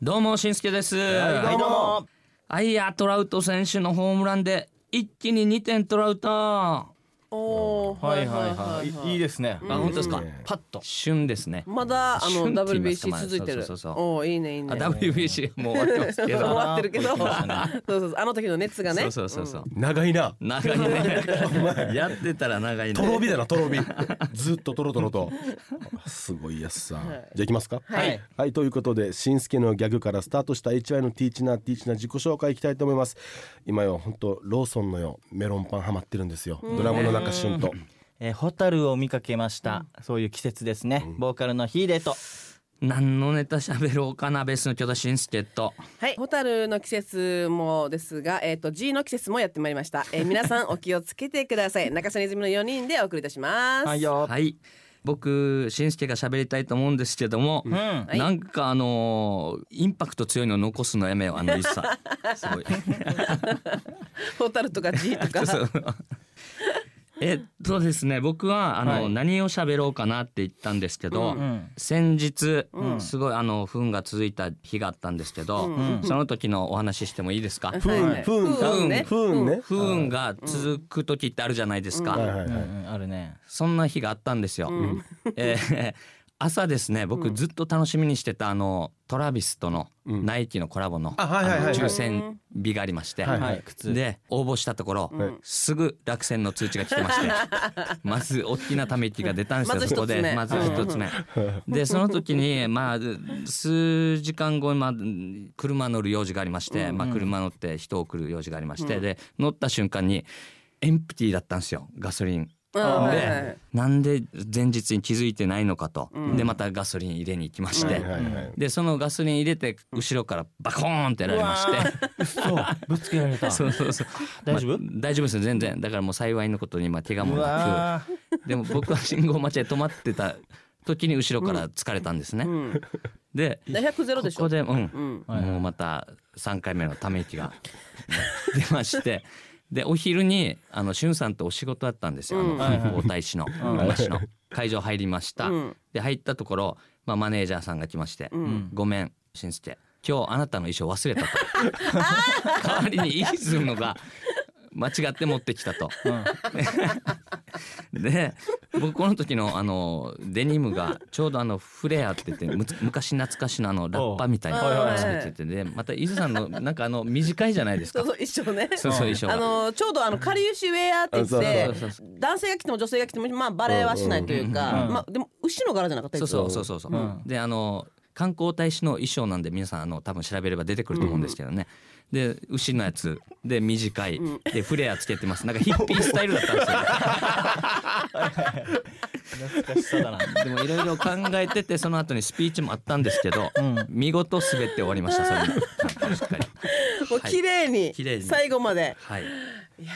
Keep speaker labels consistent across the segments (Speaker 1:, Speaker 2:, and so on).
Speaker 1: どうもしんすけです、
Speaker 2: はいどうも
Speaker 1: アイアトラウト選手のホームランで一気に2点トラウト、
Speaker 2: おお
Speaker 3: はいはいはい。いいですね。
Speaker 1: あ本当ですか
Speaker 3: パッと。
Speaker 1: 旬ですね
Speaker 2: まだあの
Speaker 1: 旬って言いますか
Speaker 2: WBC 続いてる
Speaker 1: そうそうそうそう
Speaker 2: おおいいねいいね
Speaker 1: あ WBC もう終わってますけ
Speaker 2: 終
Speaker 1: ど
Speaker 2: わってるけどそうそうそうあの時の熱がね
Speaker 1: そうそうそうそう、
Speaker 3: 長いな。
Speaker 1: 長い ねやってたら長いね
Speaker 3: とろ火だなとろ火。ずっととろとろと。すごいやつさん。じゃあ行きますか。
Speaker 2: はい
Speaker 1: はい
Speaker 3: はいということでしんすけのギャグからスタートした HY のティーチナーティーチナー自己紹介いきたいと思います今よ本当ローソンのよメロンパンハマってるんですよドラムの中旬と
Speaker 4: えー、ホタルを見かけました、そういう季節ですね、ボーカルのヒーデと
Speaker 1: 何のネタ喋ろうかなベースの巨田しんすけと
Speaker 2: はい、ホタルの季節もですが、えっ、と G の季節もやってまいりました。えー、皆さんお気をつけてください。 中曽根泉の4人でお送りいたします。
Speaker 4: はいよ、
Speaker 1: はい僕しんすけが喋りたいと思うんですけども、
Speaker 4: うん
Speaker 2: い
Speaker 1: なんかあのーインパクト強いの残すのやめようあの 一さすごい
Speaker 2: ホタルとか G とか。
Speaker 1: そうえっとですね僕はあの、
Speaker 4: はい
Speaker 1: 何を喋ろうかなって言ったんですけど、
Speaker 4: うん
Speaker 1: 先日、すごいあの不運が続いた日があったんですけど、その時のお話ししてもいいですか、
Speaker 2: ふん
Speaker 3: ふん
Speaker 2: ふんね。
Speaker 3: ふんね
Speaker 1: 不運が続く時ってあるじゃないですか、
Speaker 3: はいはい
Speaker 4: うん
Speaker 3: は
Speaker 4: うん、あるね
Speaker 1: そんな日があったんですよ、 えー朝ですね僕ずっと楽しみにしてたあのトラビスとの
Speaker 3: うん
Speaker 1: ナイキのコラボの,、
Speaker 3: あはいはいはいはい
Speaker 1: 抽選日がありまして、
Speaker 3: はい
Speaker 4: はい靴
Speaker 1: で応募したところ、
Speaker 3: ん
Speaker 1: すぐ落選の通知が来てま してまず大きなため息が出たんですよ、
Speaker 2: まず
Speaker 1: そこ
Speaker 2: 一つ
Speaker 1: で
Speaker 2: 目
Speaker 1: まず一 つ目、でその時にまあ数時間後に、まあ、車乗る用事がありまして、まあ、車乗って人を送る用事がありまして、で乗った瞬間にエンプティーだったんですよガソリン。
Speaker 2: うんはいはいはい
Speaker 1: でなんで前日に気づいてないのかと、でまたガソリン入れに行きまし
Speaker 3: い
Speaker 1: て、
Speaker 3: はいはいはい
Speaker 1: でそのガソリン入れて後ろからバコーンってやられまして、
Speaker 4: そうぶつけられ た
Speaker 1: そうそうそう
Speaker 4: 大丈夫
Speaker 1: まあ大丈夫ですよ全然だからもう幸いのことに今怪我
Speaker 4: う
Speaker 1: もな
Speaker 4: わー
Speaker 1: くでも僕は 信号待ちで止まってた時に後ろから疲れたんですね、
Speaker 2: うん。
Speaker 1: で
Speaker 2: で100ゼロ
Speaker 1: こ
Speaker 2: でしょ。
Speaker 1: こでうん、
Speaker 2: うん。
Speaker 4: はいはい
Speaker 1: もうまた3回目のため息 が出ましてでお昼にあのしゅんさんとお仕事だったんですよ、
Speaker 2: うん
Speaker 1: あの大使の町の会場入りました、
Speaker 2: うん
Speaker 1: で入ったところ、まあ、マネージャーさんが来まして「
Speaker 2: ん
Speaker 1: ごめんしんすけ今日あなたの衣装忘 れた」と代わりにイーズのが間違って持ってきたと。 で僕この時のあのデニムがちょうどあのフレアって言ってむつ昔懐かしのあのラッパみたいな
Speaker 2: おう
Speaker 1: のがついててでまた伊豆さんのなんかあの短いじゃないです
Speaker 2: そ
Speaker 1: か
Speaker 2: うそう一緒ね。
Speaker 1: そうそう衣装が。
Speaker 2: あのちょうどあのかりゆしウェアって言
Speaker 3: あ
Speaker 2: って
Speaker 1: そうそうそ
Speaker 2: 男性が着ても女性が着てもまあバレはしないというか、まあでも牛の柄じゃなかった
Speaker 1: そう
Speaker 2: う
Speaker 1: そうそうそうそう、であの観光大使の衣装なんで皆さんあの多分調べれば出てくると思うんですけどね、で牛のやつで短い、でフレアつけてますなんかヒッピースタイルだったんですよ
Speaker 4: 懐かしさだな
Speaker 1: でもいろいろ考えててその後にスピーチもあったんですけど、見事滑って終わりましたそれもちゃんとしっかり
Speaker 2: もう綺麗に,、
Speaker 1: 綺麗に
Speaker 2: 最後まで。
Speaker 1: はい
Speaker 2: いや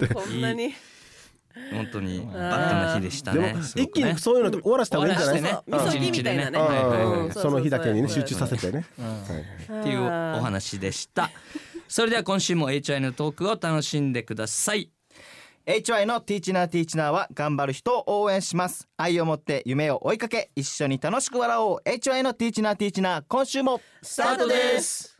Speaker 2: ーこんなに。
Speaker 1: 本当にバカな日でした
Speaker 3: いで
Speaker 1: ね
Speaker 3: も
Speaker 1: すご
Speaker 3: 一
Speaker 1: く
Speaker 3: 気
Speaker 1: ね
Speaker 3: にそういうのって終わらせた方がいいんじゃないですか
Speaker 1: ね
Speaker 2: 味噌煮みたいなね。
Speaker 1: うん
Speaker 3: はいはいはい
Speaker 2: うん
Speaker 3: その日だけにね集中させてね。
Speaker 1: っていうお話でしたそれでは今週も HI のトークを楽しんでください
Speaker 4: HY のティーチナーティーチナーは頑張る人を応援します愛を持って夢を追いかけ一緒に楽しく笑おう HY のティーチナーティーチナー今週もス
Speaker 2: タートです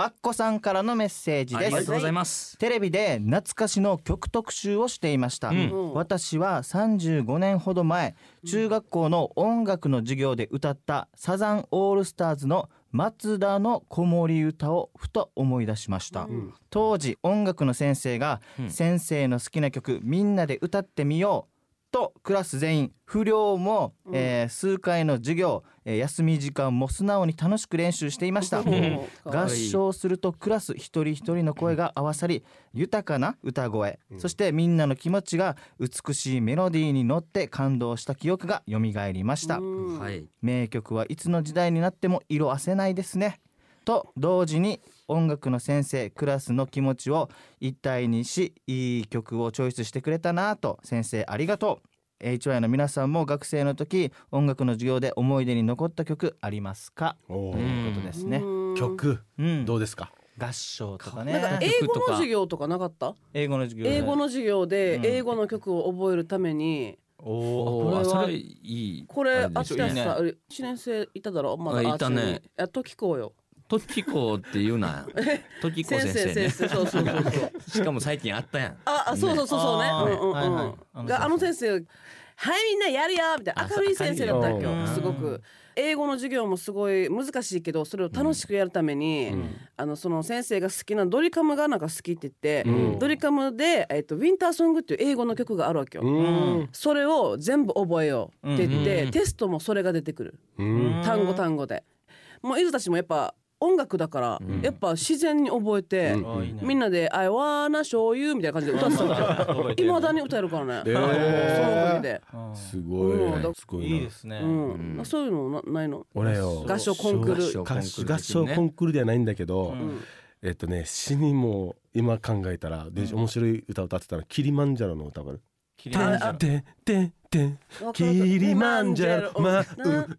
Speaker 4: あっこさんからのメッセージ
Speaker 1: あ
Speaker 4: で
Speaker 1: りが
Speaker 4: す
Speaker 1: とうございます
Speaker 4: テレビで懐かしの曲特集をしていました、
Speaker 1: ん
Speaker 4: 私は35年ほど前中学校の音楽の授業で歌ったサザンオールスターズの松田の子守歌をふと思い出しました、当時音楽の先生が、先生の好きな曲みんなで歌ってみようとクラス全員不良も、えー数回の授業、えー休み時間も素直に楽しく練習していました、
Speaker 2: が
Speaker 4: 合唱するとクラス一人一人の声が合わさり豊かな歌声、そしてみんなの気持ちが美しいメロディーに乗って感動した記憶が蘇りました
Speaker 1: はい
Speaker 4: 名曲はいつの時代になっても色褪せないですねと同時に音楽の先生クラスの気持ちを一体にしいい曲をチョイスしてくれたなぁと先生ありがとう HY の皆さんも学生の時音楽の授業で思い出に残った曲ありますか
Speaker 3: お
Speaker 4: と
Speaker 3: ー
Speaker 4: いうことですね、
Speaker 3: 曲
Speaker 4: うん、
Speaker 3: どうですか。
Speaker 4: 合唱とか
Speaker 2: なんか
Speaker 4: ね
Speaker 2: 英語の授業とかなかった？
Speaker 4: 英語の授業
Speaker 2: 英語
Speaker 4: の
Speaker 2: の授業で英語の曲を覚えるために
Speaker 1: お
Speaker 4: おお
Speaker 1: ーあ
Speaker 4: こ
Speaker 1: そ
Speaker 4: れ
Speaker 1: れ
Speaker 4: はい
Speaker 1: い
Speaker 2: これあっ
Speaker 1: です
Speaker 2: ち
Speaker 1: ね
Speaker 2: らさ一年生いただろまだ
Speaker 1: あいたね
Speaker 2: あっちにやっと聞こうよ
Speaker 1: トキコって言うなトキコ
Speaker 2: 先
Speaker 1: 先
Speaker 2: 生
Speaker 1: 生ね
Speaker 2: 先生そうそうそうそう
Speaker 1: しかも最近あったやん
Speaker 2: ああそうそうそうそうね
Speaker 4: あ
Speaker 2: うんう
Speaker 4: ー
Speaker 2: んうん、
Speaker 4: はいはいあの
Speaker 2: があの先生はいみんなやるよみたいな
Speaker 1: あ
Speaker 2: 明るい先生だったわけ
Speaker 3: 明
Speaker 2: よ
Speaker 3: るい
Speaker 4: よ
Speaker 2: すご
Speaker 4: う
Speaker 2: く
Speaker 4: ん
Speaker 2: 英語の授業もすごい難しいけどそれを楽しくやるために、
Speaker 3: ん
Speaker 2: あのその先生が好きなドリカムがなんか好きって言って、
Speaker 3: うん
Speaker 2: ドリカムで、えっとウィンターソングっていう英語の曲があるわけよ、
Speaker 3: うん
Speaker 2: それを全部覚えようって言って、
Speaker 1: うん
Speaker 2: テストもそれが出てくる
Speaker 3: うん
Speaker 2: 単語単語でもう伊豆たちもやっぱ音楽だから、
Speaker 1: うん
Speaker 2: やっぱ自然に覚えて、
Speaker 3: うん
Speaker 4: あいいね
Speaker 2: みんなで「I wanna show you」みたいな感じで歌ってたから
Speaker 4: 覚えて
Speaker 2: い
Speaker 4: る
Speaker 2: まだに歌えるからね、
Speaker 3: えー
Speaker 2: その国で、
Speaker 4: うん
Speaker 3: すご
Speaker 2: うんだ
Speaker 3: いすご
Speaker 4: いい
Speaker 3: い
Speaker 4: で
Speaker 3: な
Speaker 4: すね、
Speaker 2: うん
Speaker 1: うん
Speaker 2: そういうのなないの
Speaker 3: 俺よ
Speaker 2: 合唱コンクール
Speaker 1: 合唱コン
Speaker 3: 合
Speaker 1: クール
Speaker 3: 合唱コンクールではないんだけど、
Speaker 4: うん
Speaker 2: うん
Speaker 3: えっとね詩にも今考えたらで
Speaker 4: うん
Speaker 3: 面白い歌歌ってたのキリマンジャロの歌がある「
Speaker 4: キリマンジャロ
Speaker 3: てんてんてんキリマンジャロマウ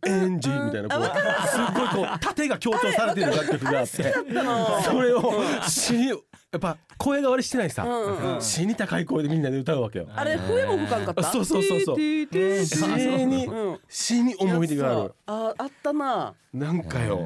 Speaker 3: エンジ」みたいなこうすっごいこう縦が強調されてる楽曲があって それを詩にやっぱ声変わりしてないさ
Speaker 2: うんうんうん
Speaker 3: 詩に高い声でみんなで歌うわけよ。
Speaker 2: あれ笛も吹かんかった
Speaker 3: そうそうそうそう
Speaker 2: ティーティーテ
Speaker 3: 詩
Speaker 2: ィー
Speaker 3: に
Speaker 2: うん
Speaker 3: 詩に思い出がある。
Speaker 2: ああったな
Speaker 3: なんかよ。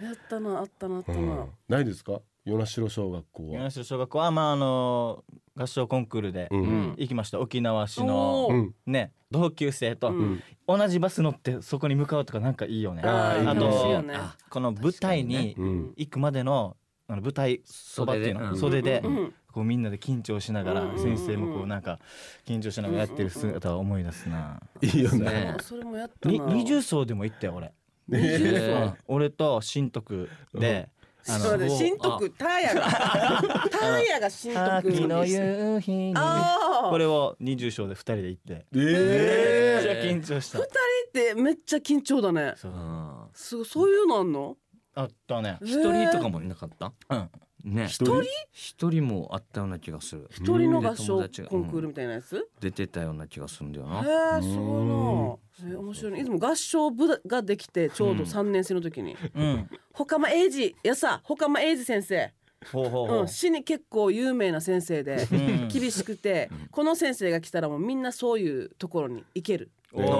Speaker 2: やったなあったなあった
Speaker 3: う
Speaker 2: な、
Speaker 3: ん、ないですか与那城小学校は
Speaker 4: 米。代小学校はまああの合唱コンクールで
Speaker 3: うん
Speaker 2: ん
Speaker 4: 行きました、沖縄市
Speaker 2: お
Speaker 4: の
Speaker 2: ー
Speaker 3: うん
Speaker 4: ね同級生と
Speaker 2: うん
Speaker 4: 同じバス乗ってそこに向かうとかなんかいいよね。
Speaker 3: あーいいね
Speaker 4: あ
Speaker 2: 楽しいよ
Speaker 4: と
Speaker 2: ね
Speaker 1: あ
Speaker 4: この舞台に
Speaker 3: うん
Speaker 4: 行くまでのあの舞台そばっていうの
Speaker 1: 袖
Speaker 4: 袖で
Speaker 2: うんうん
Speaker 4: こうみんなで緊張しながら
Speaker 2: うん
Speaker 4: 先生もこうなんか緊張しながらやってる姿は思い出すな。
Speaker 3: いいよね。
Speaker 1: ね
Speaker 2: あそれもやった
Speaker 4: に
Speaker 2: な
Speaker 4: 二重奏でも行ったよ俺。
Speaker 2: 二重
Speaker 1: え
Speaker 2: 奏
Speaker 1: ー
Speaker 4: うん俺と新徳で。あ
Speaker 2: そうだね新
Speaker 1: あ
Speaker 2: 徳ターヤがターヤが新徳
Speaker 4: 秋の夕日に
Speaker 2: あー
Speaker 4: これを二重章で二人で行ってめっちゃ
Speaker 3: ええ
Speaker 4: 緊張した
Speaker 2: 二人ってめっちゃ緊張だね
Speaker 4: そう
Speaker 1: うん
Speaker 2: すごいそういうのあんの
Speaker 4: あったね
Speaker 1: 一人とかもいなかった
Speaker 4: うん
Speaker 1: ね
Speaker 3: 一人
Speaker 1: 一人もあったような気がする
Speaker 2: 一人の合
Speaker 1: 友
Speaker 2: 唱
Speaker 1: 達が
Speaker 2: コンクールみたいなやつ、
Speaker 1: 出てたような気がするんだよ
Speaker 2: へ
Speaker 1: な
Speaker 2: えすごいなえー面白いねいつも合唱部ができて ちょうど三年生の時に、
Speaker 4: うん
Speaker 2: 他間英二やさ他間英二先生、
Speaker 4: ほうほうほ
Speaker 2: う、
Speaker 4: うん
Speaker 2: 詩に結構有名な先生で
Speaker 4: ん
Speaker 2: 厳しくて、この先生が来たらもうみんなそういうところに行ける
Speaker 4: お
Speaker 1: そう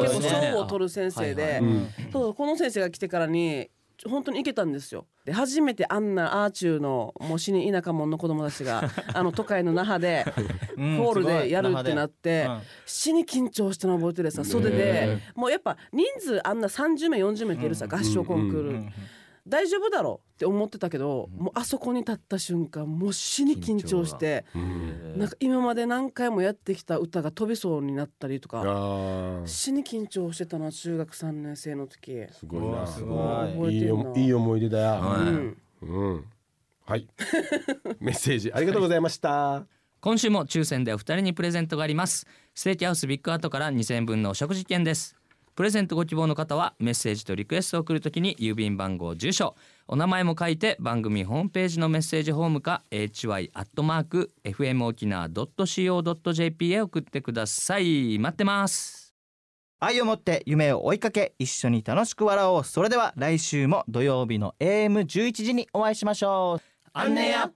Speaker 4: ー
Speaker 1: です
Speaker 2: 結
Speaker 1: ね
Speaker 2: 構賞を取る先生で、
Speaker 1: はいはい
Speaker 3: うん
Speaker 2: そうこの先生が来てからにちょ本当に行けたんですよで初めてあんなアーチューのもう死に田舎者の子供たちがあの都会の那覇 で
Speaker 4: うん
Speaker 2: ホール
Speaker 4: すご
Speaker 2: で
Speaker 4: い
Speaker 2: やるってなって、
Speaker 4: 那覇で
Speaker 2: 死に緊張したの覚えてるさ袖で
Speaker 1: へ
Speaker 2: もうやっぱ人数あんな30名40名っているさ、合唱コンクール、
Speaker 4: うんうん
Speaker 2: 大丈夫だろうって思ってたけど、もうあそこに立った瞬間もう死に緊張して
Speaker 3: うん
Speaker 2: なんか今まで何回もやってきた歌が飛びそうになったりと
Speaker 3: あ
Speaker 2: か
Speaker 3: ー
Speaker 2: 死に緊張してたな中学3年生の時。
Speaker 3: すごいうな。
Speaker 4: わすご
Speaker 2: 覚え
Speaker 3: い
Speaker 2: て
Speaker 3: い
Speaker 2: る
Speaker 3: よ
Speaker 2: ない
Speaker 3: い思い出だ
Speaker 2: う
Speaker 1: は
Speaker 3: よ。
Speaker 1: い
Speaker 2: ん
Speaker 3: うん。はい。メッセージありがとうございました。
Speaker 1: 今週も抽選でお二人にプレゼントがありますステーキハウスビッグアートから2000円分のお食事券ですプレゼントご希望の方はメッセージとリクエストを送るときに郵便番号住所お名前も書いて番組ホームページのメッセージホームか hy.fmokina.co.jp へ送ってください待ってます
Speaker 4: 愛を持って夢を追いかけ一緒に楽しく笑おうそれでは来週も土曜日の AM11 時にお会いしましょう
Speaker 1: 安寧屋